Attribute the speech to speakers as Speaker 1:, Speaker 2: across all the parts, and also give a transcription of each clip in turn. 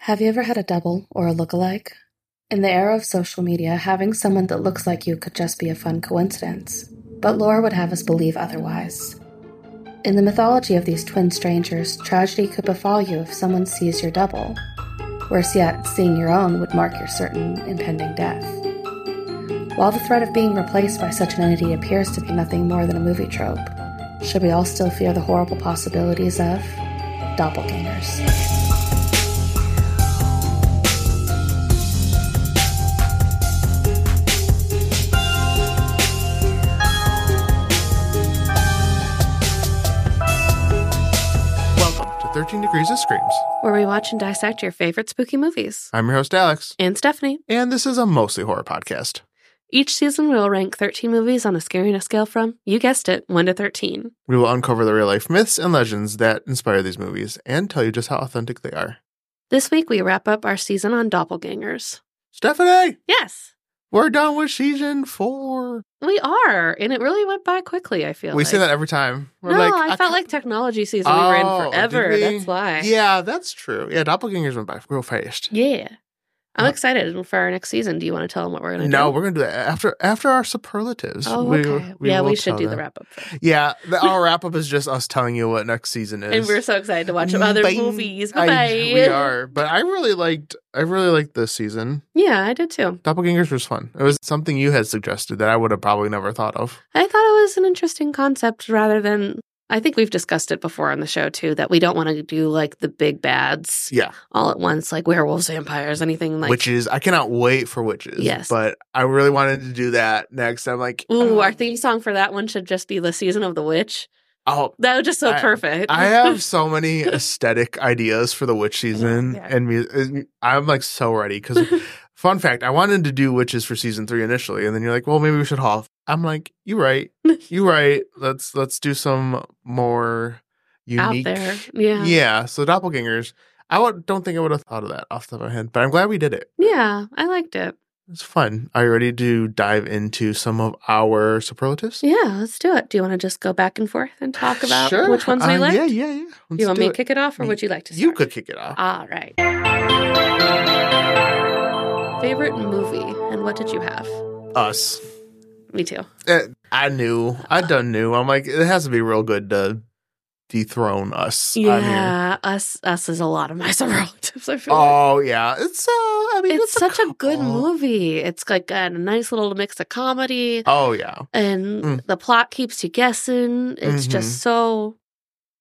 Speaker 1: Have you ever had a double or a look-alike? In the era of social media, having someone that looks like you could just be a fun coincidence, but Laura would have us believe otherwise. In the mythology of these twin strangers, tragedy could befall you if someone sees your double. Worse yet, seeing your own would mark your certain impending death. While the threat of being replaced by such an entity appears to be nothing more than a movie trope, should we all still fear the horrible possibilities of doppelgangers?
Speaker 2: Welcome to 13 Degrees of Screams.
Speaker 3: where we watch and dissect your favorite spooky movies.
Speaker 2: I'm your host, Alex,
Speaker 3: And Stephanie.
Speaker 2: and this is a mostly horror podcast.
Speaker 3: Each season, we will rank 13 movies on a scariness scale from, you guessed it, 1 to 13.
Speaker 2: We will uncover the real life myths and legends that inspire these movies and tell you just how authentic they are.
Speaker 3: This week, we wrap up our season on doppelgangers.
Speaker 2: Stephanie,
Speaker 3: Yes,
Speaker 2: we're done with season four.
Speaker 3: we are. And it really went by quickly, I feel
Speaker 2: we
Speaker 3: like.
Speaker 2: say that every time. We're
Speaker 3: no,
Speaker 2: like,
Speaker 3: I, felt
Speaker 2: ca-
Speaker 3: like technology season we were
Speaker 2: Oh,
Speaker 3: in
Speaker 2: did
Speaker 3: forever.
Speaker 2: we?
Speaker 3: That's why.
Speaker 2: Yeah, that's true. Yeah, doppelgangers went by real fast.
Speaker 3: Yeah. I'm
Speaker 2: Uh,
Speaker 3: excited for our next season. Do you want to tell them what we're going to
Speaker 2: No,
Speaker 3: do?
Speaker 2: we're gonna do that after after our superlatives.
Speaker 3: Oh,
Speaker 2: We-
Speaker 3: okay. yeah, we
Speaker 2: will
Speaker 3: should
Speaker 2: tell
Speaker 3: do the
Speaker 2: them.
Speaker 3: wrap up. first.
Speaker 2: Yeah, the, our wrap up is just us telling you what next season is.
Speaker 3: And we're so excited to watch other
Speaker 2: Bye.
Speaker 3: movies.
Speaker 2: I-
Speaker 3: Bye bye.
Speaker 2: we are, but I really liked. I really liked this season.
Speaker 3: Yeah, I did too.
Speaker 2: Doppelgangers was fun. It was something you had suggested that I would have probably never thought of.
Speaker 3: I thought it was an interesting concept rather than I think we've discussed it before on the show too that we don't want to do like the big bads
Speaker 2: Yeah,
Speaker 3: all at once like werewolves, vampires, anything like
Speaker 2: witches. I cannot wait for witches.
Speaker 3: Yes.
Speaker 2: but I really wanted to do that next. I'm like,
Speaker 3: Ooh,
Speaker 2: oh,
Speaker 3: our theme song for that one should just be the season of the witch.
Speaker 2: oh,
Speaker 3: That was just so
Speaker 2: I-
Speaker 3: perfect.
Speaker 2: I have so many aesthetic ideas for the witch season,
Speaker 3: Yeah.
Speaker 2: and mu- and I'm like so ready because. Fun fact, I wanted to do witches for season three initially, and then you're like, well, maybe we should halt. I'm like, you right, you right. Let's let's do some more
Speaker 3: out
Speaker 2: unique.
Speaker 3: there.
Speaker 2: Yeah.
Speaker 3: Yeah.
Speaker 2: so doppelgangers. I would, don't think I would have thought of that off the top of my head, but I'm glad we did it.
Speaker 3: Yeah, I liked it.
Speaker 2: It's fun. Are you ready to dive into some of our superlatives?
Speaker 3: Yeah, let's do it. Do you want to just go back and forth and talk about
Speaker 2: Sure.
Speaker 3: which ones we
Speaker 2: Uh,
Speaker 3: liked?
Speaker 2: Yeah, yeah, yeah.
Speaker 3: Do
Speaker 2: Let's
Speaker 3: you want
Speaker 2: do
Speaker 3: me
Speaker 2: it.
Speaker 3: to kick it off or
Speaker 2: Me-
Speaker 3: would you like to start?
Speaker 2: You could kick it off.
Speaker 3: All right. Favorite movie and what did you have?
Speaker 2: Us.
Speaker 3: Me too.
Speaker 2: Eh, I knew. I done knew. I'm like, it has to be real good to dethrone us. on here.
Speaker 3: Yeah, us us is a lot of my relatives. I feel like.
Speaker 2: Oh yeah. It's uh. I mean,
Speaker 3: it's, such a, good
Speaker 2: couple.
Speaker 3: movie. It's like got a nice little mix of comedy,
Speaker 2: Oh yeah.
Speaker 3: and
Speaker 2: Mm.
Speaker 3: the plot keeps you guessing. It's
Speaker 2: Mhm.
Speaker 3: just so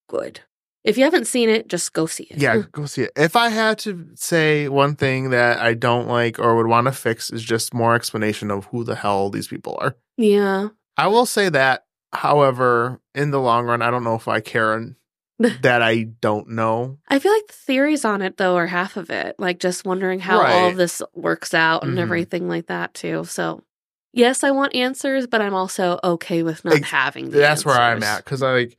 Speaker 3: good. If you haven't seen it, just go see it.
Speaker 2: Yeah, go see it. If I had to say one thing that I don't like or would want to fix is just more explanation of who the hell these people are.
Speaker 3: yeah,
Speaker 2: I will say that, however, in the long run, I don't know if I care en- that I don't know.
Speaker 3: I feel like the theories on it though are half of it. Like just wondering how all
Speaker 2: Right.
Speaker 3: of this works out and
Speaker 2: Mhm.
Speaker 3: everything like that too. So. Yes, I want answers, but I'm also okay with not
Speaker 2: Ex-
Speaker 3: having. The
Speaker 2: That's where I'm
Speaker 3: answers.
Speaker 2: at because I like.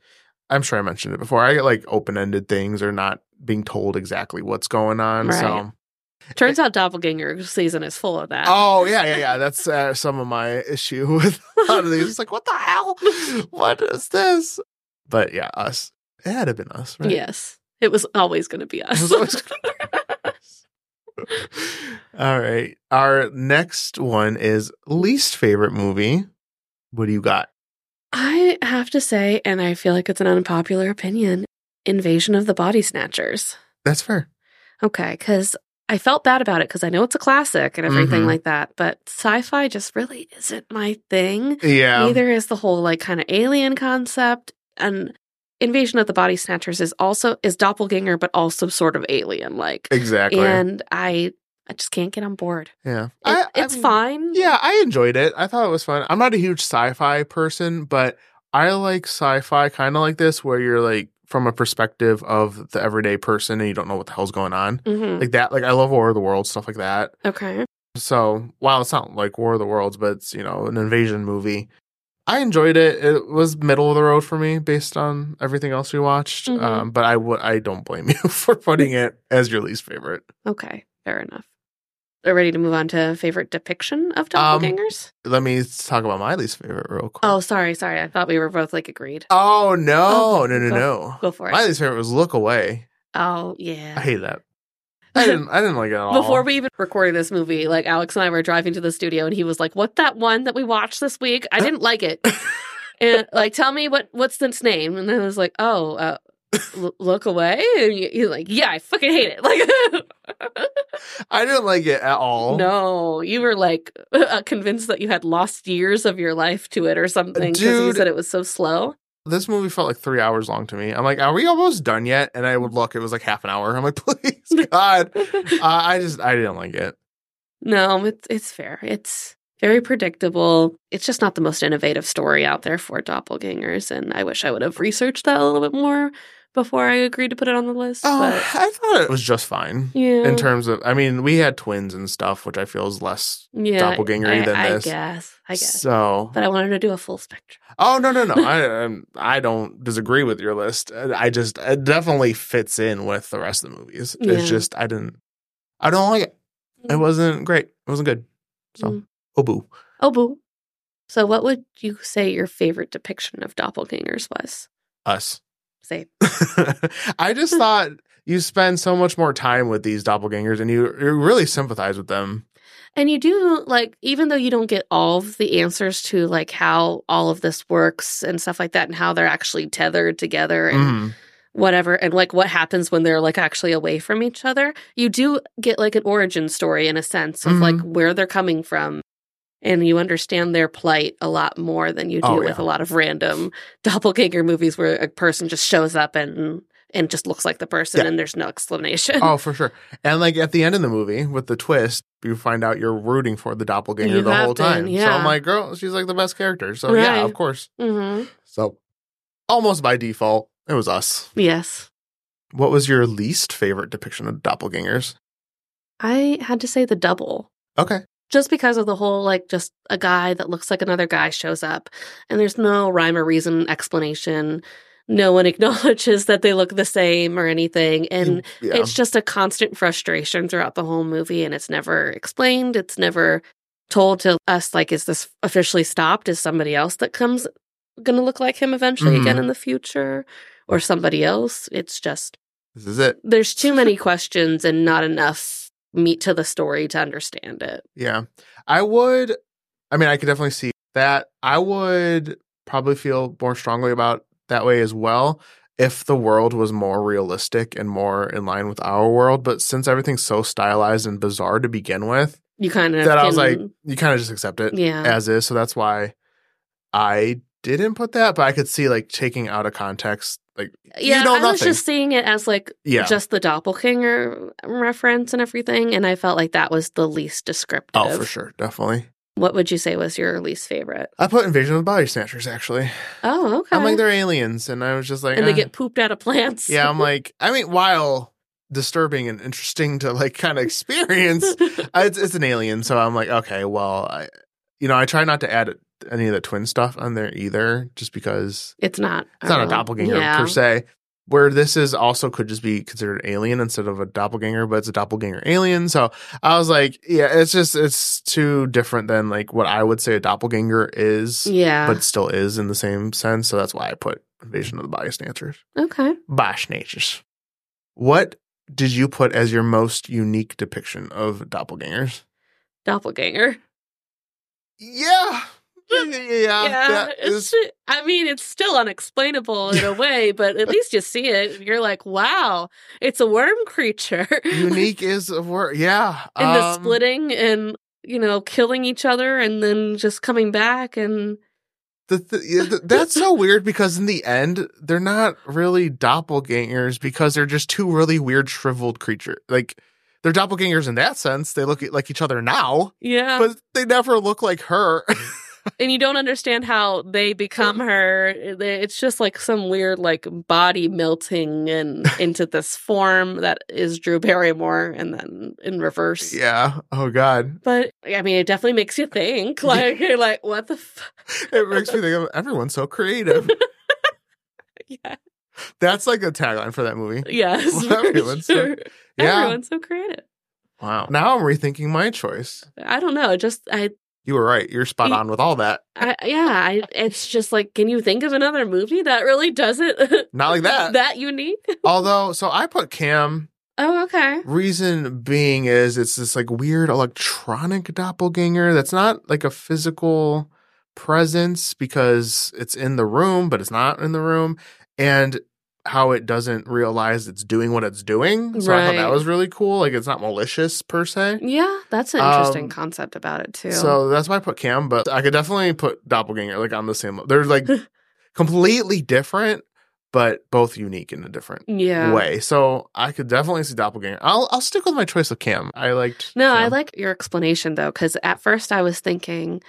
Speaker 2: I'm sure I mentioned it before. I get like open ended things or not being told exactly what's going on. So,
Speaker 3: Right. Turns out Doppelganger season is full of that.
Speaker 2: oh yeah, yeah, yeah. That's uh, some of my issue with a lot of these. It's like, what the hell? What is this? But yeah, us. It had to have been us, right?
Speaker 3: Yes. It was always going to be us.
Speaker 2: was always All right. Our next one is least favorite movie. What do you got?
Speaker 3: I have to say, and I feel like it's an unpopular opinion Invasion of the Body Snatchers.
Speaker 2: That's fair.
Speaker 3: Okay. Because I felt bad about it because I know it's a classic and everything
Speaker 2: Mhm.
Speaker 3: like that, but sci fi just really isn't my thing.
Speaker 2: Yeah.
Speaker 3: Neither is the whole like kind of alien concept. And Invasion of the Body Snatchers is also is doppelganger, but also sort of alien like.
Speaker 2: Exactly.
Speaker 3: And I I just can't get on board.
Speaker 2: yeah.
Speaker 3: It,
Speaker 2: I- I
Speaker 3: it's
Speaker 2: mean,
Speaker 3: fine.
Speaker 2: Yeah, I enjoyed it. I thought it was fun. I'm not a huge sci-fi person, but I like sci-fi kind of like this where you're like from a perspective of the everyday person and you don't know what the hell's going on.
Speaker 3: Mhm.
Speaker 2: Like that. Like I love War of the Worlds, stuff like that.
Speaker 3: Okay.
Speaker 2: So while it's not like War of the Worlds, but it's you know an invasion movie, I enjoyed it. It was middle of the road for me based on everything else we watched.
Speaker 3: Mhm.
Speaker 2: Um, but I would I don't blame you for putting it as your least favorite.
Speaker 3: Okay, fair enough. Are ready to move on to favorite depiction of
Speaker 2: Um,
Speaker 3: doppelgangers?
Speaker 2: Let me talk about my least favorite real quick.
Speaker 3: oh, sorry, sorry. I thought we were both like agreed.
Speaker 2: Oh, no
Speaker 3: Oh,
Speaker 2: no no
Speaker 3: go-
Speaker 2: no!
Speaker 3: Go for it.
Speaker 2: My least favorite was Look Away.
Speaker 3: oh
Speaker 2: I
Speaker 3: yeah.
Speaker 2: hate that. I didn't. I didn't like it at all.
Speaker 3: Before we even recorded this movie, like Alex and I were driving to the studio and he was like, What that one that we watched this week? I didn't like it. and like, tell me what what's its name? And I was like, Oh, uh, l- look away. And you- you're like, Yeah, I fucking hate it. Like,
Speaker 2: I didn't like it at all.
Speaker 3: no, you were like uh, convinced that you had lost years of your life to it or something because you
Speaker 2: Dude.
Speaker 3: said it was so slow.
Speaker 2: This movie felt like three hours long to me. I'm like, are we almost done yet? And I would look, it was like half an hour. I'm like, please, God. I I just, I didn't like it.
Speaker 3: No, it's it's fair. It's very predictable. It's just not the most innovative story out there for doppelgangers, and I wish I would have researched that a little bit more before I agreed to put it on the list.
Speaker 2: Oh,
Speaker 3: but
Speaker 2: I thought it was just fine
Speaker 3: yeah,
Speaker 2: in terms of, I mean, we had twins and stuff, which I feel is less.
Speaker 3: yeah,
Speaker 2: doppelgangery
Speaker 3: I,
Speaker 2: than
Speaker 3: I
Speaker 2: this.
Speaker 3: guess. I guess.
Speaker 2: So,
Speaker 3: but I wanted to do a full spectrum.
Speaker 2: oh, no, no, no. I, um, I don't disagree with your list. I I just, it definitely fits in with the rest of the movies.
Speaker 3: Yeah.
Speaker 2: It's just, I didn't, I don't like it. It wasn't great. It wasn't good. So,
Speaker 3: Mm.
Speaker 2: oh, boo.
Speaker 3: Oh, boo. So, what would you say your favorite depiction of doppelgangers was?
Speaker 2: Us.
Speaker 3: Say,
Speaker 2: I just thought you spend so much more time with these doppelgangers and you, you really sympathize with them.
Speaker 3: And you do like, even though you don't get all of the answers to like how all of this works and stuff like that, and how they're actually tethered together and
Speaker 2: Mhm.
Speaker 3: whatever, and like what happens when they're like actually away from each other, you do get like an origin story in a sense of like
Speaker 2: Mm-hmm.
Speaker 3: where they're coming from. And you understand their plight a lot more than you do
Speaker 2: Oh,
Speaker 3: with
Speaker 2: yeah.
Speaker 3: a lot of random doppelganger movies where a person just shows up and and just looks like the person
Speaker 2: Yeah.
Speaker 3: and there's no explanation.
Speaker 2: Oh, for sure. And like at the end of the movie with the twist, you find out you're rooting for the doppelganger
Speaker 3: You
Speaker 2: the
Speaker 3: have
Speaker 2: whole
Speaker 3: been,
Speaker 2: time. So
Speaker 3: yeah.
Speaker 2: I'm like, girl, she's like the best character. So
Speaker 3: Right.
Speaker 2: yeah, of course.
Speaker 3: hmm
Speaker 2: So almost by default, it was us.
Speaker 3: Yes.
Speaker 2: What was your least favorite depiction of doppelgangers?
Speaker 3: I had to say the double.
Speaker 2: Okay.
Speaker 3: just because of the whole like just a guy that looks like another guy shows up and there's no rhyme or reason explanation no one acknowledges that they look the same or anything and
Speaker 2: Mm, yeah.
Speaker 3: it's just a constant frustration throughout the whole movie and it's never explained it's never told to us like is this officially stopped is somebody else that comes going to look like him eventually
Speaker 2: Mhm.
Speaker 3: again in the future or somebody else it's just
Speaker 2: this is it.
Speaker 3: there's too many questions and not enough meat to the story to understand it
Speaker 2: Yeah. I would I mean I could definitely see that. I would probably feel more strongly about that way as well if the world was more realistic and more in line with our world, but since everything's so stylized and bizarre to begin with,
Speaker 3: you kind of
Speaker 2: that I was like
Speaker 3: can-
Speaker 2: you kind of just accept it
Speaker 3: yeah
Speaker 2: as is, so that's why I didn't put that, but I could see like taking out of context like
Speaker 3: yeah
Speaker 2: you know
Speaker 3: i was
Speaker 2: nothing.
Speaker 3: just seeing it as like
Speaker 2: yeah. Oh,
Speaker 3: just the doppelganger reference and everything and i felt like that was the least descriptive
Speaker 2: oh, for sure, definitely.
Speaker 3: what would you say was your least favorite
Speaker 2: I put Invasion of the Body Snatchers actually.
Speaker 3: oh okay
Speaker 2: I'm like they're aliens and I was just like
Speaker 3: and they
Speaker 2: eh.
Speaker 3: get pooped out of plants
Speaker 2: yeah i'm like i mean while disturbing and interesting to like kind of experience I- it's, it's an alien so i'm like okay well i you know i try not to add any of the twin stuff on there either just because
Speaker 3: it's not
Speaker 2: it's not
Speaker 3: uh,
Speaker 2: a doppelganger
Speaker 3: yeah.
Speaker 2: per se where this is also could just be considered alien instead of a doppelganger but it's a doppelganger alien so i was like yeah it's just it's too different than like what i would say a doppelganger is
Speaker 3: yeah
Speaker 2: but still is in the same sense so that's why i put invasion of the body snatchers
Speaker 3: okay
Speaker 2: Bosh natures. What did you put as your most unique depiction of doppelgangers?
Speaker 3: doppelganger
Speaker 2: Yeah. Yeah, yeah,
Speaker 3: yeah
Speaker 2: Uh, that
Speaker 3: it's
Speaker 2: is-
Speaker 3: i mean it's still unexplainable in a way but at least you see it and you're like wow it's a worm creature
Speaker 2: unique is a word. Yeah,
Speaker 3: and the
Speaker 2: um,
Speaker 3: splitting and you know killing each other and then just coming back and
Speaker 2: the th- yeah, th- that's so weird because in the end they're not really doppelgangers because they're just two really weird shriveled creature. Like they're doppelgangers in that sense. They look like each other now,
Speaker 3: yeah
Speaker 2: but they never look like her.
Speaker 3: and you don't understand how they become her They- it's just like some weird like body melting and into this form that is drew barrymore and then in reverse
Speaker 2: yeah. Oh God.
Speaker 3: but i mean it definitely makes you think like you're like what the f-?
Speaker 2: It makes me think of everyone's so creative.
Speaker 3: yeah
Speaker 2: That's like a tagline for that movie.
Speaker 3: yes
Speaker 2: Well,
Speaker 3: for
Speaker 2: everyone's so-
Speaker 3: sure.
Speaker 2: Yeah.
Speaker 3: everyone's so creative
Speaker 2: Wow. Now I'm rethinking my choice.
Speaker 3: i don't know just i
Speaker 2: You were right. You're spot
Speaker 3: Ye-
Speaker 2: on with all that.
Speaker 3: I, yeah, I, it's just like, can you think of another movie that really does it
Speaker 2: Not like that.
Speaker 3: that unique?
Speaker 2: Although, so I put Cam
Speaker 3: Oh, okay.
Speaker 2: Reason being is it's this like weird electronic doppelganger that's not like a physical presence because it's in the room, but it's not in the room. And how it doesn't realize it's doing what it's doing. So I thought that
Speaker 3: Right.
Speaker 2: was really cool. Like it's not malicious per se.
Speaker 3: Yeah, that's an interesting
Speaker 2: Um,
Speaker 3: concept about it too.
Speaker 2: So that's why I put Cam, but I could definitely put Doppelganger like on the same level. They're like completely different, but both unique in a different
Speaker 3: yeah.
Speaker 2: way. So I could definitely see Doppelganger. I'll I'll stick with my choice of Cam. I liked
Speaker 3: No, I
Speaker 2: Cam.
Speaker 3: like your explanation though, because at first I was thinking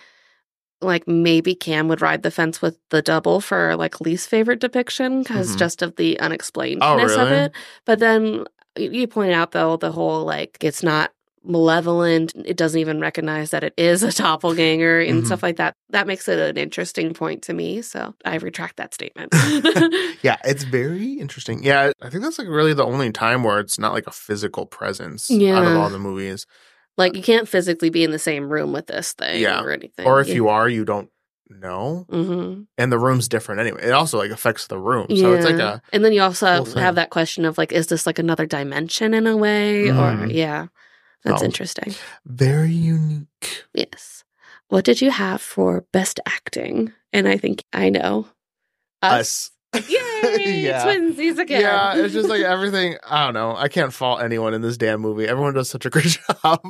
Speaker 3: like maybe Cam would ride the fence with the double for like least favorite depiction because
Speaker 2: Mhm.
Speaker 3: just of the unexplainedness of
Speaker 2: Oh, really?
Speaker 3: it. But then you- you point out though the whole like it's not malevolent, it doesn't even recognize that it is a doppelganger and
Speaker 2: Mhm.
Speaker 3: stuff like that. That makes it an interesting point to me. So I retract that statement.
Speaker 2: Yeah, it's very interesting. Yeah, I think that's like really the only time where it's not like a physical presence out of
Speaker 3: Yeah.
Speaker 2: all the movies.
Speaker 3: like you can't physically be in the same room with this thing
Speaker 2: Yeah.
Speaker 3: or anything.
Speaker 2: Or if you are, you don't know.
Speaker 3: hmm
Speaker 2: and the room's different anyway. It also like affects the room, so it's like a
Speaker 3: and then you also
Speaker 2: whole
Speaker 3: have,
Speaker 2: thing.
Speaker 3: have that question of like, is this like another dimension in a way? Or
Speaker 2: Mhm.
Speaker 3: yeah, that's
Speaker 2: Oh.
Speaker 3: interesting.
Speaker 2: very unique.
Speaker 3: Yes. What did you have for best acting? And I think I know
Speaker 2: Us.
Speaker 3: Uh, Yay!
Speaker 2: yeah.
Speaker 3: Twinsies again.
Speaker 2: Yeah, it's just like uh everything. I don't know. I can't fault anyone in this damn movie. Everyone does such a great job.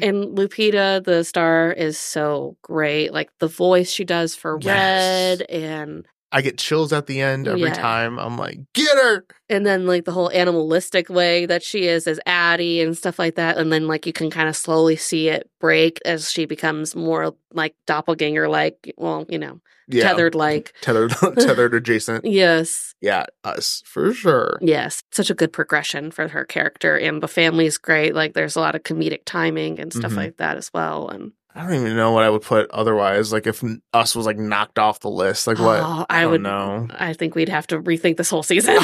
Speaker 3: and Lupita, the star, is so great. Like the voice she does for
Speaker 2: Yes.
Speaker 3: Red, and
Speaker 2: I get chills at the end every
Speaker 3: Yeah.
Speaker 2: time. I'm like, get her.
Speaker 3: and then like the whole animalistic way that she is as Addie and stuff like that. And then like you can kind of slowly see it break as she becomes more like doppelganger like, well, you know,
Speaker 2: Yeah,
Speaker 3: tethered like.
Speaker 2: tethered, tethered adjacent.
Speaker 3: Yes.
Speaker 2: Yeah, us for sure.
Speaker 3: Yes. Such a good progression for her character. And the family is great. Like there's a lot of comedic timing and stuff
Speaker 2: Mhm.
Speaker 3: like that as well. And
Speaker 2: I don't even know what I would put otherwise. Like if us was like knocked off the list, like what?
Speaker 3: Oh,
Speaker 2: I
Speaker 3: I,
Speaker 2: don't
Speaker 3: would
Speaker 2: know.
Speaker 3: I think we'd have to rethink this whole season.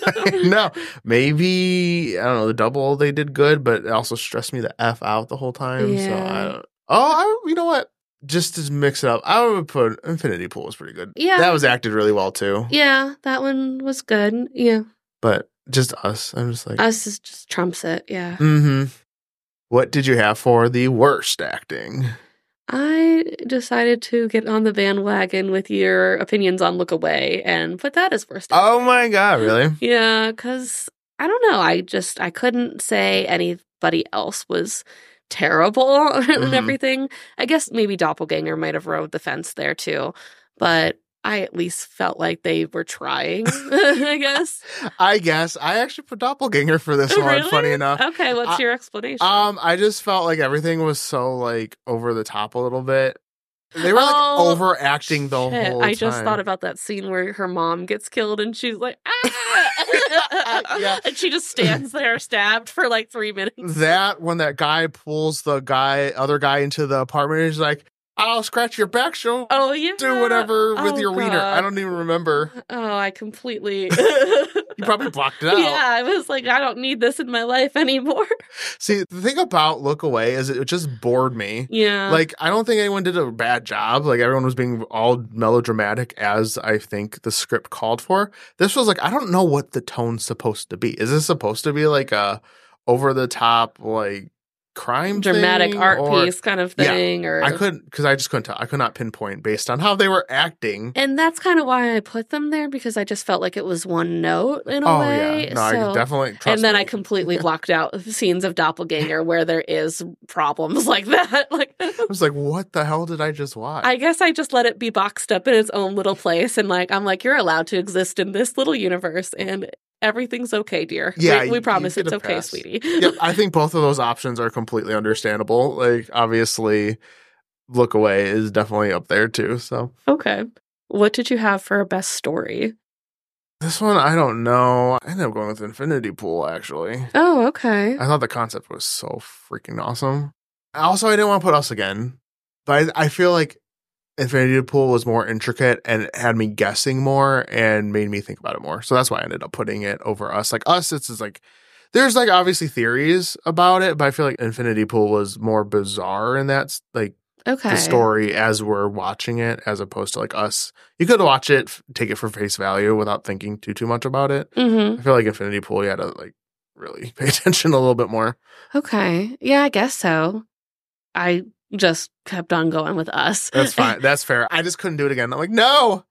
Speaker 2: no, maybe I don't know. The double they did good, but it also stressed me the f out the whole time. So I
Speaker 3: Yeah.
Speaker 2: don't. Oh, I, you know what? Just to mix it up, I would put Infinity Pool was pretty good.
Speaker 3: Yeah.
Speaker 2: that was acted really well too.
Speaker 3: Yeah, that one was good. Yeah.
Speaker 2: But just us, I'm just like,
Speaker 3: Us is just trumps it. Yeah.
Speaker 2: mm-hmm. What did you have for the worst acting?
Speaker 3: I decided to get on the bandwagon with your opinions on Look Away and put that as worst.
Speaker 2: Oh my god, really?
Speaker 3: Yeah, because I don't know. I just I couldn't say anybody else was terrible and
Speaker 2: Mhm.
Speaker 3: everything. I guess maybe Doppelganger might have rode the fence there too, but I at least felt like they were trying. I guess.
Speaker 2: I guess I actually put Doppelganger for this one.
Speaker 3: Really?
Speaker 2: Funny enough,
Speaker 3: Okay, what's
Speaker 2: I-
Speaker 3: your explanation?
Speaker 2: Um, I just felt like everything was so like over the top a little bit. They were like
Speaker 3: Oh,
Speaker 2: overacting the
Speaker 3: Shit,
Speaker 2: whole.
Speaker 3: I just
Speaker 2: time.
Speaker 3: thought about that scene where her mom gets killed and she's like, ah!
Speaker 2: Yeah.
Speaker 3: and she just stands there stabbed for like three minutes.
Speaker 2: that when that guy pulls the guy other guy into the apartment. He's like, "I'll scratch your back, show,
Speaker 3: Oh yeah,
Speaker 2: do whatever with
Speaker 3: Oh,
Speaker 2: your wiener." I
Speaker 3: God.
Speaker 2: don't even remember.
Speaker 3: Oh, I completely.
Speaker 2: You probably blocked it out.
Speaker 3: yeah, I was like, I don't need this in my life anymore.
Speaker 2: See, the thing about look away is it just bored me.
Speaker 3: Yeah,
Speaker 2: Like I don't think anyone did a bad job. Like everyone was being all melodramatic as I think the script called for. This was like I don't know what the tone's supposed to be. Is this supposed to be like a over the top like crime
Speaker 3: dramatic
Speaker 2: thing?
Speaker 3: art
Speaker 2: Or-
Speaker 3: piece kind of
Speaker 2: Yeah,
Speaker 3: thing, or
Speaker 2: I couldn't because I just couldn't tell. I could not pinpoint based on how they were acting.
Speaker 3: And that's kind of why I put them there because I just felt like it was one note in a
Speaker 2: Oh
Speaker 3: way.
Speaker 2: yeah, no,
Speaker 3: so.
Speaker 2: I definitely. Trust
Speaker 3: and then
Speaker 2: me.
Speaker 3: I completely blocked out scenes of doppelganger where there is problems like that. Like,
Speaker 2: I was like, what the hell did I just watch?
Speaker 3: I guess I just let it be boxed up in its own little place, and like I'm like, you're allowed to exist in this little universe, and everything's okay, dear.
Speaker 2: Yeah,
Speaker 3: we,
Speaker 2: you-
Speaker 3: we
Speaker 2: you
Speaker 3: promise
Speaker 2: get
Speaker 3: it's
Speaker 2: a
Speaker 3: okay,
Speaker 2: pass.
Speaker 3: sweetie.
Speaker 2: yep, I think both of those options are completely understandable. Like obviously, look away is definitely up there too. So
Speaker 3: Okay. What did you have for a best story?
Speaker 2: this one, I don't know. I ended up going with Infinity Pool actually.
Speaker 3: Oh, okay.
Speaker 2: I thought the concept was so freaking awesome. Also, I didn't want to put us again, but I, I feel like Infinity Pool was more intricate and it had me guessing more and made me think about it more. So that's why I ended up putting it over us. Like us, it's just like there's like obviously theories about it, but I feel like Infinity Pool was more bizarre in that s- like
Speaker 3: Okay.
Speaker 2: the story as we're watching it, as opposed to like us. You could watch it, f- take it for face value without thinking too too much about it.
Speaker 3: Mm-hmm.
Speaker 2: I feel like Infinity Pool, you had to like really pay attention a little bit more.
Speaker 3: Okay. Yeah, I guess so. I just kept on going with us.
Speaker 2: That's fine. That's fair. I just couldn't do it again. I'm like, no.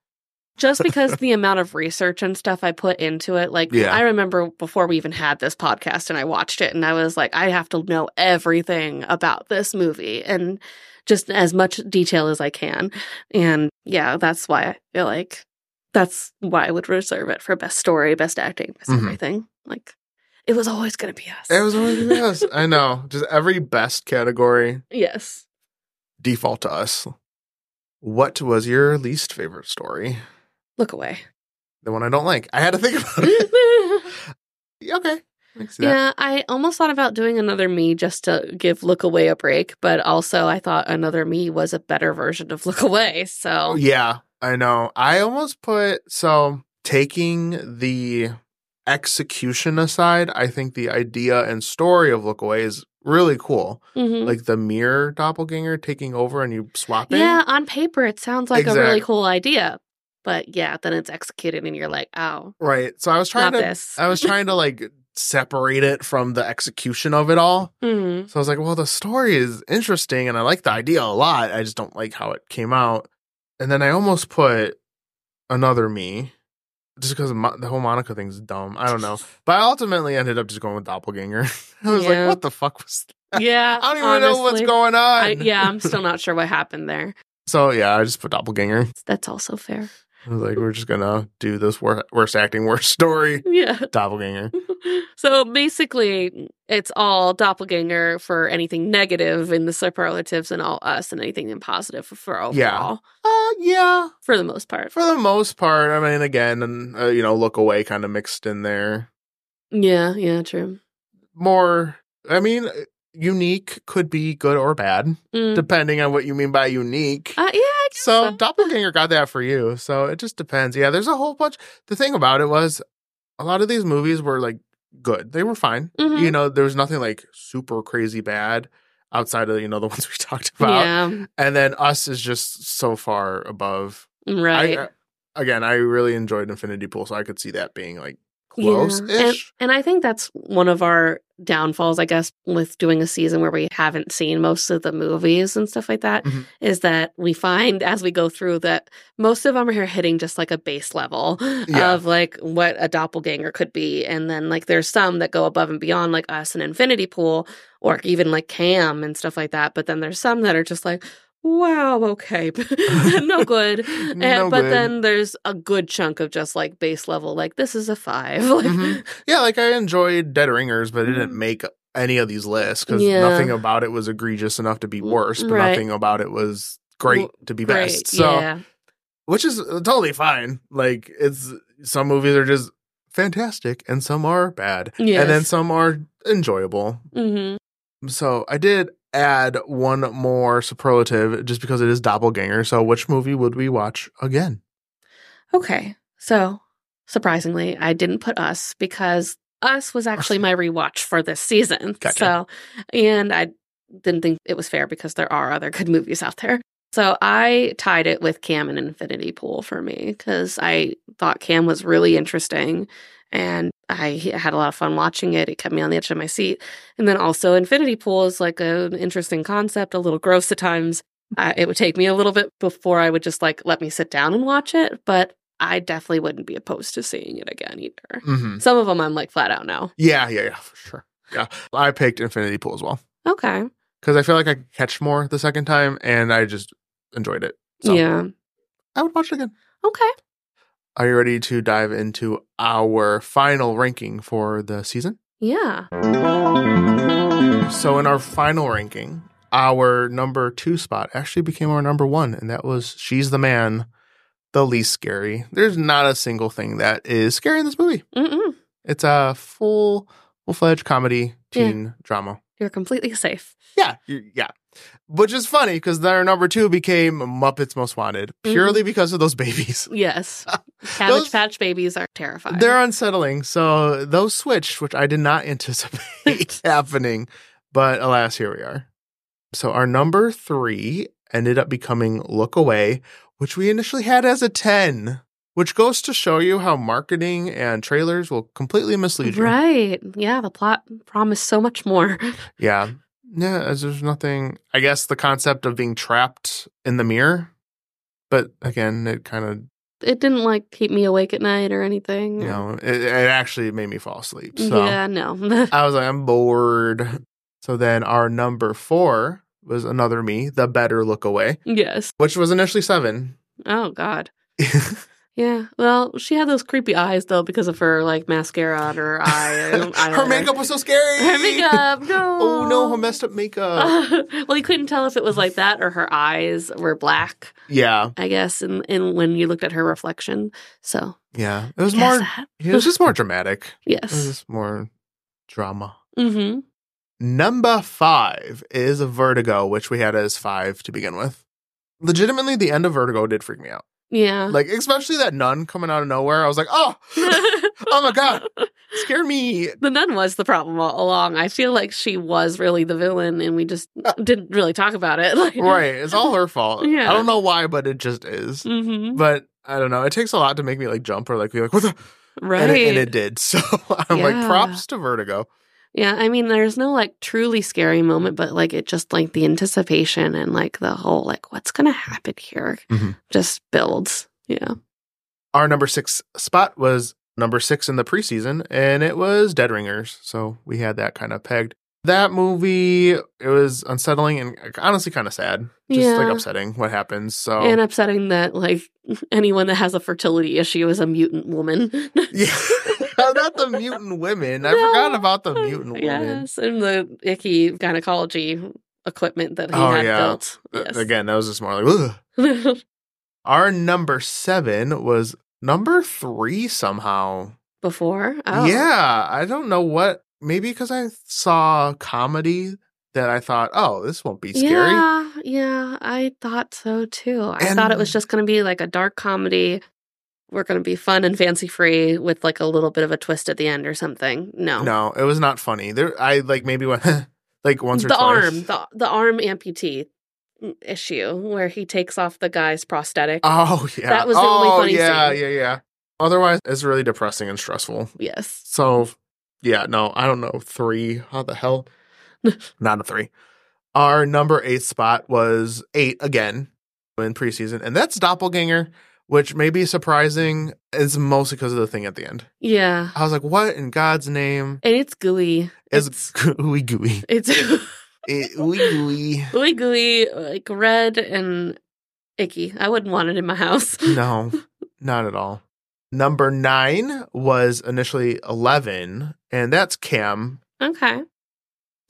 Speaker 3: just because the amount of research and stuff I put into it, like
Speaker 2: Yeah.
Speaker 3: I remember before we even had this podcast and I watched it and I was like, I have to know everything about this movie and just as much detail as I can. And yeah, that's why I feel like that's why I would reserve it for best story, best acting, best
Speaker 2: Mhm.
Speaker 3: everything. Like it was always gonna be us.
Speaker 2: It was always yes. I know. Just every best category
Speaker 3: yes.
Speaker 2: default to us. What was your least favorite story?
Speaker 3: Look away.
Speaker 2: The one I don't like. I had to think about it.
Speaker 3: yeah,
Speaker 2: okay. I see that.
Speaker 3: I almost thought about doing another me just to give Look Away a break, but also I thought another me was a better version of Look Away. So
Speaker 2: Oh, Yeah, I know. I almost put so taking the execution aside, I think the idea and story of Look Away is really cool.
Speaker 3: Mhm.
Speaker 2: Like the mirror doppelganger taking over and you swapping.
Speaker 3: yeah, on paper it sounds like a really
Speaker 2: Exact-
Speaker 3: cool idea, but yeah, then it's executed and you're like, oh,
Speaker 2: Right. So I was trying
Speaker 3: not
Speaker 2: to Oh.
Speaker 3: this.
Speaker 2: I was trying to like separate it from the execution of it all.
Speaker 3: Mhm.
Speaker 2: So I was like, well, the story is interesting and I like the idea a lot. I just don't like how it came out. And then I almost put another me just because Mo- the whole Monica thing's dumb. I don't know. But I ultimately ended up just going with Doppelganger. I was
Speaker 3: Yeah.
Speaker 2: like, what the fuck was
Speaker 3: Yeah,
Speaker 2: I don't even know what's
Speaker 3: honestly.
Speaker 2: going on.
Speaker 3: I, yeah, I'm still not sure what happened there.
Speaker 2: so yeah, I just put Doppelganger.
Speaker 3: That's also fair.
Speaker 2: I was like, we're just going to do this wor- worst acting, worst story.
Speaker 3: Yeah.
Speaker 2: Doppelganger.
Speaker 3: so basically, it's all doppelganger for anything negative in the superlatives, and all us, and anything in positive for, for overall,
Speaker 2: Yeah. Uh, yeah.
Speaker 3: for the most part.
Speaker 2: For the most part, I mean, again, and uh, you know, look away kind of mixed in there.
Speaker 3: Yeah, yeah, true.
Speaker 2: more i mean uh, unique could be good or bad
Speaker 3: Mm.
Speaker 2: depending on what you mean by unique
Speaker 3: Uh, yeah, I guess
Speaker 2: so
Speaker 3: so.
Speaker 2: doppelganger got that for you so it just depends yeah there's a whole bunch the thing about it was a lot of these movies were like good they were fine
Speaker 3: Mhm.
Speaker 2: you know there was nothing like super crazy bad outside of you know the ones we talked about
Speaker 3: yeah,
Speaker 2: and then us is just so far above
Speaker 3: right.
Speaker 2: I, uh, again i really enjoyed infinity pool so i could see that being like
Speaker 3: Yeah. And,
Speaker 2: close-ish
Speaker 3: and I think that's one of our downfalls, I guess, with doing a season where we haven't seen most of the movies and stuff like that, is
Speaker 2: Mhm.
Speaker 3: that we find as we go through that most of them are hitting just like a base level
Speaker 2: Yeah.
Speaker 3: of like what a doppelganger could be. And then like there's some that go above and beyond, like us and Infinity Pool, or even like Cam and stuff like that. But then there's some that are just like, wow, okay, no good. And,
Speaker 2: No
Speaker 3: but
Speaker 2: good.
Speaker 3: then there's a good chunk of just like base level, like this is a five. Like,
Speaker 2: Mhm. Yeah, like I enjoyed Dead Ringers, but it didn't
Speaker 3: Mhm.
Speaker 2: make any of these lists because
Speaker 3: Yeah. Mm,
Speaker 2: nothing about it was egregious enough to be worse, but
Speaker 3: Right.
Speaker 2: nothing about it was great to be
Speaker 3: Great,
Speaker 2: best. So,
Speaker 3: yeah.
Speaker 2: which is uh, totally fine. Like it's some movies are just fantastic and some are bad, and then
Speaker 3: Yes.
Speaker 2: some are enjoyable.
Speaker 3: hmm
Speaker 2: So I did add one more superlative just because it is doppelganger. So which movie would we watch again?
Speaker 3: Okay. So, surprisingly, I didn't put Us because Us was actually my rewatch for this season.
Speaker 2: Gotcha.
Speaker 3: So, and I didn't think it was fair because there are other good movies out there. So, I tied it with Cam and Infinity Pool for me because I thought Cam was really interesting and I had a lot of fun watching it. It kept me on the edge of my seat. And then also, Infinity Pool is like an interesting concept, a little gross at times. I, it would take me a little bit before I would just like let me sit down and watch it, but I definitely wouldn't be opposed to seeing it again either.
Speaker 2: hmm
Speaker 3: Some of them I'm like flat out no.
Speaker 2: Yeah, yeah, yeah, for sure. Yeah, I picked Infinity Pool as well.
Speaker 3: Okay.
Speaker 2: because I feel like I could catch more the second time, and I just enjoyed it. So
Speaker 3: Yeah.
Speaker 2: I would watch it again.
Speaker 3: Okay.
Speaker 2: Are you ready to dive into our final ranking for the season?
Speaker 3: Yeah.
Speaker 2: So in our final ranking, our number two spot actually became our number one, and that was "She's the Man," the least scary. There's not a single thing that is scary in this movie.
Speaker 3: Mm-mm.
Speaker 2: It's a full, full-fledged comedy teen drama.
Speaker 3: You're completely safe.
Speaker 2: Yeah, you- yeah. Which is funny because their number two became Muppets Most Wanted purely because of those babies.
Speaker 3: Yes. Cabbage
Speaker 2: Those-
Speaker 3: Patch babies are terrifying.
Speaker 2: They're unsettling. So those switched, which I did not anticipate happening, but alas, here we are. So our number three ended up becoming Look Away, which we initially had as a 10. which goes to show you how marketing and trailers will completely mislead you.
Speaker 3: Right. Yeah, the plot promised so much more.
Speaker 2: Yeah. Yeah, as there's nothing I guess the concept of being trapped in the mirror. But again, it kind of
Speaker 3: It didn't like keep me awake at night or anything.
Speaker 2: you know, it, it actually made me fall asleep. So
Speaker 3: Yeah, no.
Speaker 2: I was like, I'm bored. So then our number four was another me, the better look away,
Speaker 3: yes.
Speaker 2: which was initially seven.
Speaker 3: Oh God. Yeah. Well, she had those creepy eyes though because of her like mascara on her eye. and
Speaker 2: her
Speaker 3: eyeliner.
Speaker 2: makeup was so scary.
Speaker 3: Her makeup. No.
Speaker 2: Oh no, her messed up makeup.
Speaker 3: well, you couldn't tell if it was like that or her eyes were black,
Speaker 2: yeah,
Speaker 3: I guess, and and when you looked at her reflection. So
Speaker 2: yeah. It was
Speaker 3: I guess
Speaker 2: more.
Speaker 3: that-
Speaker 2: It was just more dramatic. It was
Speaker 3: yes.
Speaker 2: just more drama.
Speaker 3: Mm-hmm.
Speaker 2: Number five is Vertigo, which we had as five to begin with. Legitimately, the end of Vertigo did freak me out.
Speaker 3: Yeah.
Speaker 2: Like, especially that nun coming out of nowhere. I was like, oh, oh my God, scare me.
Speaker 3: The nun was the problem all along. I feel like she was really the villain, and we just didn't really talk about it. Like,
Speaker 2: Uh. Right. It's all her fault.
Speaker 3: Yeah.
Speaker 2: I don't know why, but it just is.
Speaker 3: hmm
Speaker 2: But I don't know. It takes a lot to make me like jump or like be like, what the?
Speaker 3: Right.
Speaker 2: And, it, and it did. So I'm like,
Speaker 3: Yeah.
Speaker 2: props to Vertigo.
Speaker 3: Yeah, I mean, there's no like truly scary moment, but like it just like the anticipation and like the whole like what's gonna happen here
Speaker 2: Mhm.
Speaker 3: just builds. Yeah.
Speaker 2: Our number six spot was number six in the preseason, and it was Dead Ringers. So we had that kind of pegged. That movie, it was unsettling and honestly kind of sad. Just like
Speaker 3: Yeah.
Speaker 2: upsetting what happens. So
Speaker 3: And upsetting that like anyone that has a fertility issue is a mutant woman.
Speaker 2: yeah. Not the mutant women. I
Speaker 3: No.
Speaker 2: forgot about the mutant women.
Speaker 3: Yes, and the icky gynecology equipment that he
Speaker 2: Oh,
Speaker 3: had
Speaker 2: yeah.
Speaker 3: built.
Speaker 2: Uh,
Speaker 3: Yes.
Speaker 2: Again, that was just more like, Ugh. our number seven was number three somehow.
Speaker 3: Before? Oh.
Speaker 2: Yeah, I don't know what. Maybe because I saw comedy that I thought, oh, this won't be scary.
Speaker 3: Yeah, yeah, I thought so too. I
Speaker 2: And-
Speaker 3: thought it was just going to be like a dark comedy. We're going to be fun and fancy free with like a little bit of a twist at the end or something. No,
Speaker 2: No, it was not funny. There, I like maybe went like once or
Speaker 3: the
Speaker 2: twice.
Speaker 3: arm, the the arm amputee mm, issue where he takes off the guy's prosthetic.
Speaker 2: Oh yeah,
Speaker 3: That was the only
Speaker 2: Oh,
Speaker 3: funny
Speaker 2: yeah,
Speaker 3: scene.
Speaker 2: yeah, yeah. Otherwise, it's really depressing and stressful.
Speaker 3: yes,
Speaker 2: So, yeah, no, I don't know. Three? How the hell? Not a three. Our number eight spot was eight again in preseason, and that's Doppelganger, which may be surprising. It's mostly because of the thing at the end.
Speaker 3: yeah,
Speaker 2: I was like, what in God's name
Speaker 3: and it's gooey.
Speaker 2: is ooey gooey?
Speaker 3: It's
Speaker 2: Eh, Ooey gooey.
Speaker 3: really gooey, like red and icky. I wouldn't want it in my house.
Speaker 2: No, not at all. Number nine was initially 11, and that's Cam.
Speaker 3: Okay.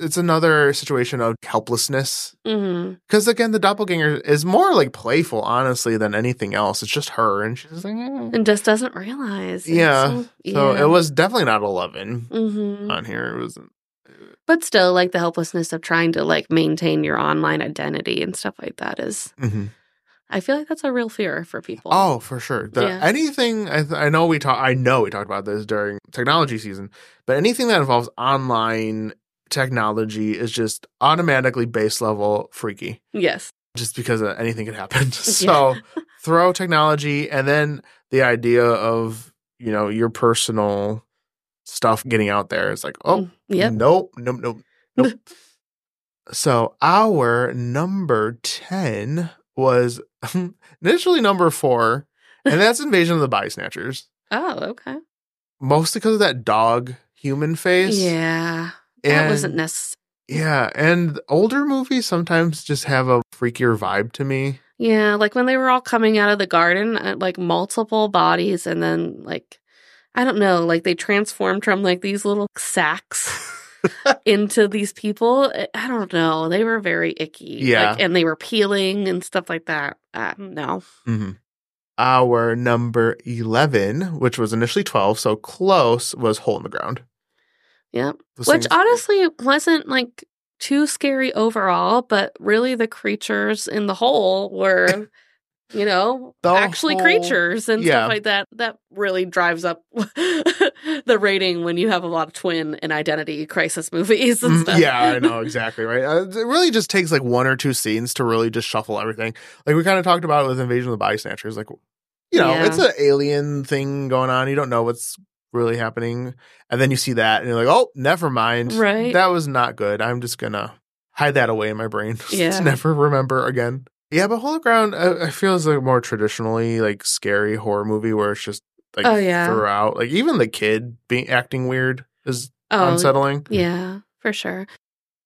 Speaker 2: It's another situation of helplessness
Speaker 3: hmm
Speaker 2: Because again, the doppelganger is more like playful, honestly, than anything else. It's just her, and she's just like, eh.
Speaker 3: And just doesn't realize. It's
Speaker 2: Yeah.
Speaker 3: So,
Speaker 2: so
Speaker 3: yeah.
Speaker 2: it was definitely not eleven
Speaker 3: hmm
Speaker 2: on here. It was
Speaker 3: But still, like the helplessness of trying to like maintain your online identity and stuff like that is,
Speaker 2: Mhm.
Speaker 3: I feel like that's a real fear for people.
Speaker 2: oh, for sure. The,
Speaker 3: Yeah.
Speaker 2: Anything I, th- I know we talk, I know we talked about this during technology season, but anything that involves online technology is just automatically base level freaky.
Speaker 3: yes.
Speaker 2: just because uh, anything could happen. So throw technology and then the idea of, you know, your personal stuff getting out there is like, oh,
Speaker 3: Mm, Yep.
Speaker 2: nope, nope, nope, nope. so our number 10 was initially number four, and that's Invasion of the Body Snatchers,
Speaker 3: Oh, okay.
Speaker 2: mostly because of that dog human face.
Speaker 3: Yeah. that
Speaker 2: and-
Speaker 3: wasn't necessary.
Speaker 2: Yeah. And older movies sometimes just have a freakier vibe to me.
Speaker 3: Yeah, like when they were all coming out of the garden, uh, like multiple bodies, and then like I don't know, like they transformed from like these little sacks into these people. I- I don't know. They were very icky.
Speaker 2: Yeah.
Speaker 3: like, and they were peeling and stuff like that. Uh, no.
Speaker 2: Mm-hmm. Our number 11, which was initially 12, so close, was Hole in the Ground.
Speaker 3: Yep.
Speaker 2: The
Speaker 3: Which
Speaker 2: same-
Speaker 3: honestly wasn't like too scary overall, but really the creatures in the hole were, you know,
Speaker 2: The
Speaker 3: actually
Speaker 2: whole-
Speaker 3: creatures and
Speaker 2: yeah.
Speaker 3: stuff like that. That really drives up the rating when you have a lot of twin and identity crisis movies and
Speaker 2: Mm,
Speaker 3: stuff.
Speaker 2: yeah, I know, exactly, right? Uh, It really just takes like one or two scenes to really just shuffle everything. Like we kind of talked about it with Invasion of the Body Snatchers. Like you know,
Speaker 3: Yeah.
Speaker 2: it's an alien thing going on. You don't know what's really happening. And then you see that and you're like, oh, never mind.
Speaker 3: Right.
Speaker 2: That was not good. I'm just going to hide that away in my brain.
Speaker 3: Yeah.
Speaker 2: to never remember again. Yeah, but Holy Ground, I, I feel is a more traditionally like scary horror movie where it's just like
Speaker 3: Oh, yeah.
Speaker 2: throughout. Like even the kid being acting weird is
Speaker 3: Oh,
Speaker 2: unsettling.
Speaker 3: Yeah, for sure.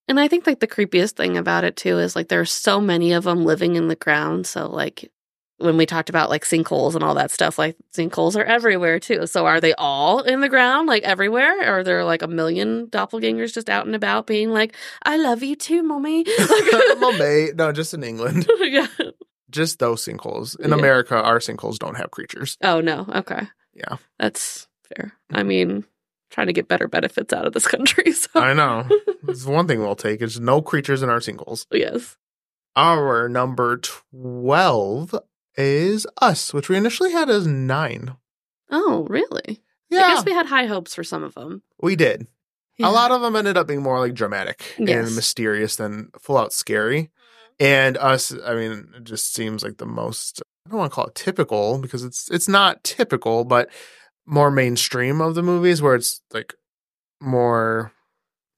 Speaker 3: And I think like the creepiest thing about it too is like there's so many of them living in the ground. So like when we talked about like sinkholes and all that stuff, like sinkholes are everywhere too. So are they all in the ground, like everywhere? Or are there like a million doppelgangers just out and about being like, I love you too, mommy? Like,
Speaker 2: Mumbai, no, just in England.
Speaker 3: yeah.
Speaker 2: Just those sinkholes. In
Speaker 3: Yeah.
Speaker 2: America, our sinkholes don't have creatures.
Speaker 3: Oh no. Okay.
Speaker 2: Yeah.
Speaker 3: That's fair. I mean, trying to get better benefits out of this country. So
Speaker 2: I know. It's one thing we'll take is no creatures in our sinkholes.
Speaker 3: yes.
Speaker 2: Our number twelve is us, which we initially had as nine.
Speaker 3: Oh, really? I
Speaker 2: Yeah,
Speaker 3: guess we had high hopes for some of them.
Speaker 2: we did. A lot of them ended up being more like dramatic
Speaker 3: Yes. Mm-hmm.
Speaker 2: and mysterious than full out scary. And us, I mean, it just seems like the most I don't want to call it typical because it's it's not typical, but more mainstream of the movies where it's like more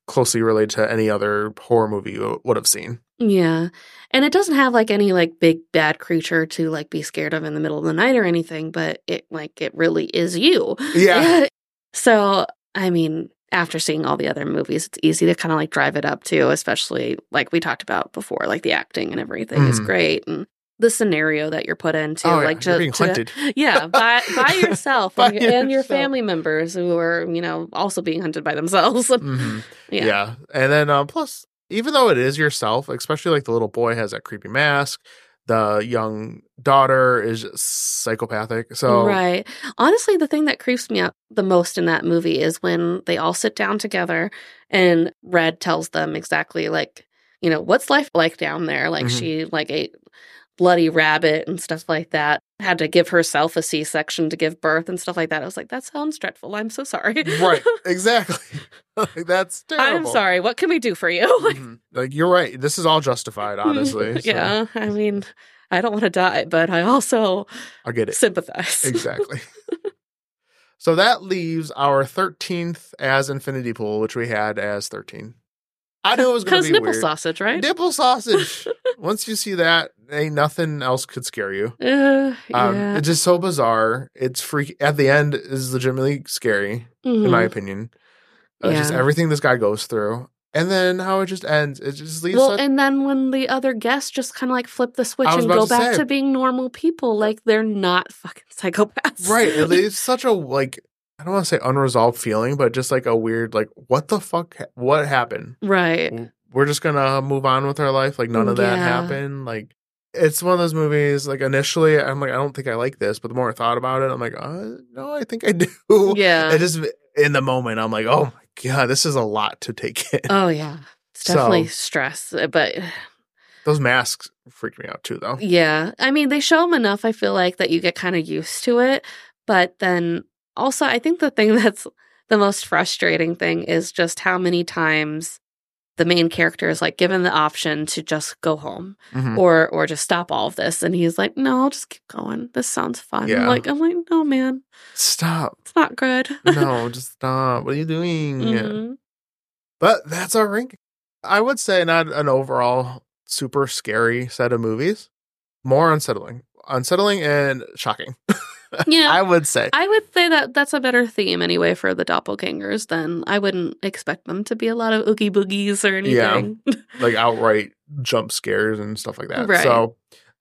Speaker 2: closely related to any other horror movie you would have seen.
Speaker 3: Yeah. And it doesn't have like any like big bad creature to like be scared of in the middle of the night or anything, but it like it really is you.
Speaker 2: Yeah.
Speaker 3: so, I mean, after seeing all the other movies, it's easy to kind of like drive it up too, especially like we talked about before, like the acting and everything is
Speaker 2: Mhm.
Speaker 3: great and the scenario that you're put into
Speaker 2: Oh, yeah.
Speaker 3: like
Speaker 2: You're
Speaker 3: ju-
Speaker 2: being
Speaker 3: to-
Speaker 2: hunted.
Speaker 3: yeah, by by yourself
Speaker 2: By
Speaker 3: and, your, and your
Speaker 2: yourself.
Speaker 3: family members who are, you know, also being hunted by themselves.
Speaker 2: Mhm.
Speaker 3: yeah.
Speaker 2: Yeah. And then um, plus, even though it is yourself, especially like the little boy has that creepy mask, the young daughter is psychopathic. So
Speaker 3: Right. Honestly, the thing that creeps me out the most in that movie is when they all sit down together and Red tells them exactly like, you know, what's life like down there? Like
Speaker 2: Mhm.
Speaker 3: she like ate bloody rabbit and stuff like that. Had to give herself a C-section to give birth and stuff like that. I was like, that sounds dreadful. I'm so sorry.
Speaker 2: right, exactly. Like, that's terrible.
Speaker 3: I'm sorry. What can we do for you? Like,
Speaker 2: Mhm. Like you're right. This is all justified, honestly. So
Speaker 3: yeah. I mean, I don't want to die, but I also
Speaker 2: I get it.
Speaker 3: sympathize.
Speaker 2: Exactly. so that leaves our 13th as Infinity Pool, which we had as 13. I knew it was going to
Speaker 3: Because
Speaker 2: be
Speaker 3: nipple
Speaker 2: weird.
Speaker 3: sausage, right?
Speaker 2: Nipple sausage. Once you see that, ain't nothing else could scare you.
Speaker 3: Uh,
Speaker 2: Um,
Speaker 3: yeah.
Speaker 2: It's just so bizarre. It's freak. At the end is legitimately scary, in
Speaker 3: Mhm.
Speaker 2: my opinion. Uh, Just
Speaker 3: Yeah.
Speaker 2: everything this guy goes through, and then how it just ends. It just leaves.
Speaker 3: Well,
Speaker 2: such-
Speaker 3: and then when the other guests just kind of like flip the switch
Speaker 2: I was
Speaker 3: and
Speaker 2: about
Speaker 3: go
Speaker 2: to
Speaker 3: back
Speaker 2: say.
Speaker 3: to being normal people, like they're not fucking psychopaths,
Speaker 2: right, it leaves such a like. I don't want to say unresolved feeling, but just like a weird, like, what the fuck? ha- What happened?
Speaker 3: right.
Speaker 2: We're just gonna move on with our life. Like none of that
Speaker 3: Mm, Yeah.
Speaker 2: happened. Like. It's one of those movies. Like initially, I'm like, I don't think I like this, but the more I thought about it, I'm like, uh, no, I think I do.
Speaker 3: Yeah.
Speaker 2: I just in the moment I'm like, oh my god, this is a lot to take in.
Speaker 3: oh yeah. It's
Speaker 2: So-
Speaker 3: definitely stress, uh, but
Speaker 2: Those masks freaked me out too, though.
Speaker 3: yeah. I mean, they show them enough. I feel like that you get kind of used to it, but then also I think the thing that's the most frustrating thing is just how many times the main character is like given the option to just go home.
Speaker 2: Mhm.
Speaker 3: or or just stop all of this and he's like no i'll just keep going this sounds fun
Speaker 2: Yeah.
Speaker 3: like i'm like no man
Speaker 2: Stop!
Speaker 3: it's not good
Speaker 2: No, just stop. What are you doing?
Speaker 3: Mhm.
Speaker 2: But that's our ranking. I would say not an overall super scary set of movies, more unsettling, unsettling and shocking.
Speaker 3: yeah
Speaker 2: I would say.
Speaker 3: I would say that that's a better theme anyway for the doppelgangers than I wouldn't expect them to be a lot of oogie boogies or
Speaker 2: Yeah.
Speaker 3: anything.
Speaker 2: like outright jump scares and stuff like that.
Speaker 3: Right.
Speaker 2: So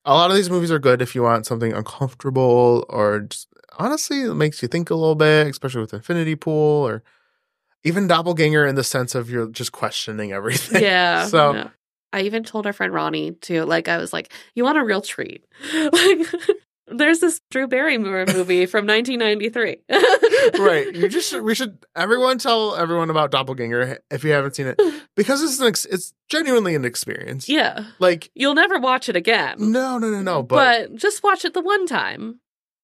Speaker 2: a lot of these movies are good if you want something uncomfortable or just honestly it makes you think a little bit, especially with Infinity Pool or even Doppelganger in the sense of you're just questioning everything.
Speaker 3: yeah.
Speaker 2: So-
Speaker 3: no. I even told our friend Ronnie to like I was like, you want a real treat. Like there's this Drew Barrymore movie from 1993.
Speaker 2: right. You just we should everyone tell everyone about Doppelganger if you haven't seen it because it's an ex- it's genuinely an experience.
Speaker 3: Yeah.
Speaker 2: Like
Speaker 3: You'll never watch it again.
Speaker 2: no, no, no, no, but
Speaker 3: but, just watch it the one time.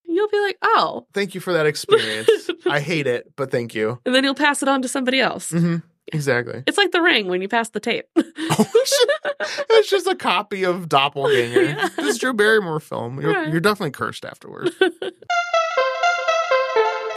Speaker 3: You'll be like, oh,
Speaker 2: thank you for that experience. I hate it, but thank you.
Speaker 3: and then you'll pass it on to somebody else.
Speaker 2: Mhm. Exactly.
Speaker 3: It's like the ring when you pass the tape.
Speaker 2: it's just a copy of Doppelganger.
Speaker 3: Yeah.
Speaker 2: This is Drew Barrymore film. You're,
Speaker 3: Right.
Speaker 2: you're definitely cursed afterwards. Do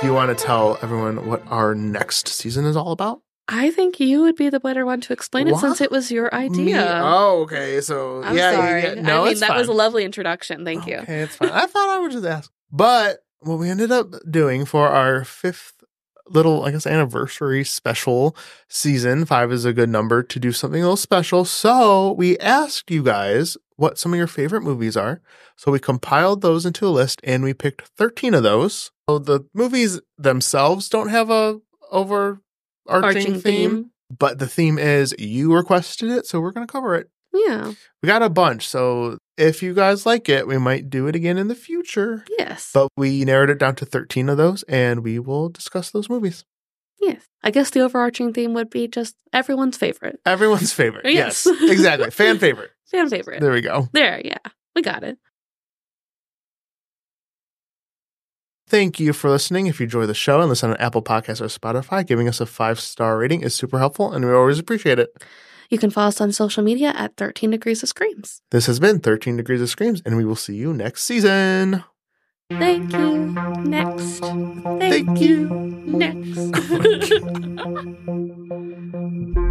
Speaker 2: you want to tell everyone what our next season is all about?
Speaker 3: I think you would be the better one to explain it
Speaker 2: What?
Speaker 3: since it was your idea.
Speaker 2: Me- Oh, okay. So
Speaker 3: I'm
Speaker 2: yeah,
Speaker 3: sorry.
Speaker 2: yeah, no,
Speaker 3: I mean,
Speaker 2: it's
Speaker 3: that
Speaker 2: fine.
Speaker 3: was a lovely introduction. Thank you.
Speaker 2: Okay, it's fine. I thought I would just ask, but what we ended up doing for our fifth little, I guess, anniversary special season five is a good number to do something a little special. So we asked you guys what some of your favorite movies are. So we compiled those into a list, and we picked thirteen of those. So the movies themselves don't have a overarching
Speaker 3: Arching
Speaker 2: theme, but the theme is you requested it, so we're going to cover it.
Speaker 3: Yeah.
Speaker 2: We got a bunch, so if you guys like it, we might do it again in the future.
Speaker 3: Yes.
Speaker 2: But we narrowed it down to 13 of those, and we will discuss those movies.
Speaker 3: yes. I guess the overarching theme would be just everyone's favorite.
Speaker 2: Everyone's favorite.
Speaker 3: Yes.
Speaker 2: Yes. exactly. Fan favorite.
Speaker 3: Fan favorite.
Speaker 2: There we go.
Speaker 3: there yeah. We got it.
Speaker 2: Thank you for listening. If you enjoy the show and listen on Apple Podcasts or Spotify, giving us a five star rating is super helpful, and we always appreciate it.
Speaker 3: You can follow us on social media at 13 Degrees of Screams.
Speaker 2: This has been 13 Degrees of Screams, and we will see you next season.
Speaker 3: Thank you. Next. Thank,
Speaker 2: Thank
Speaker 3: you. Next.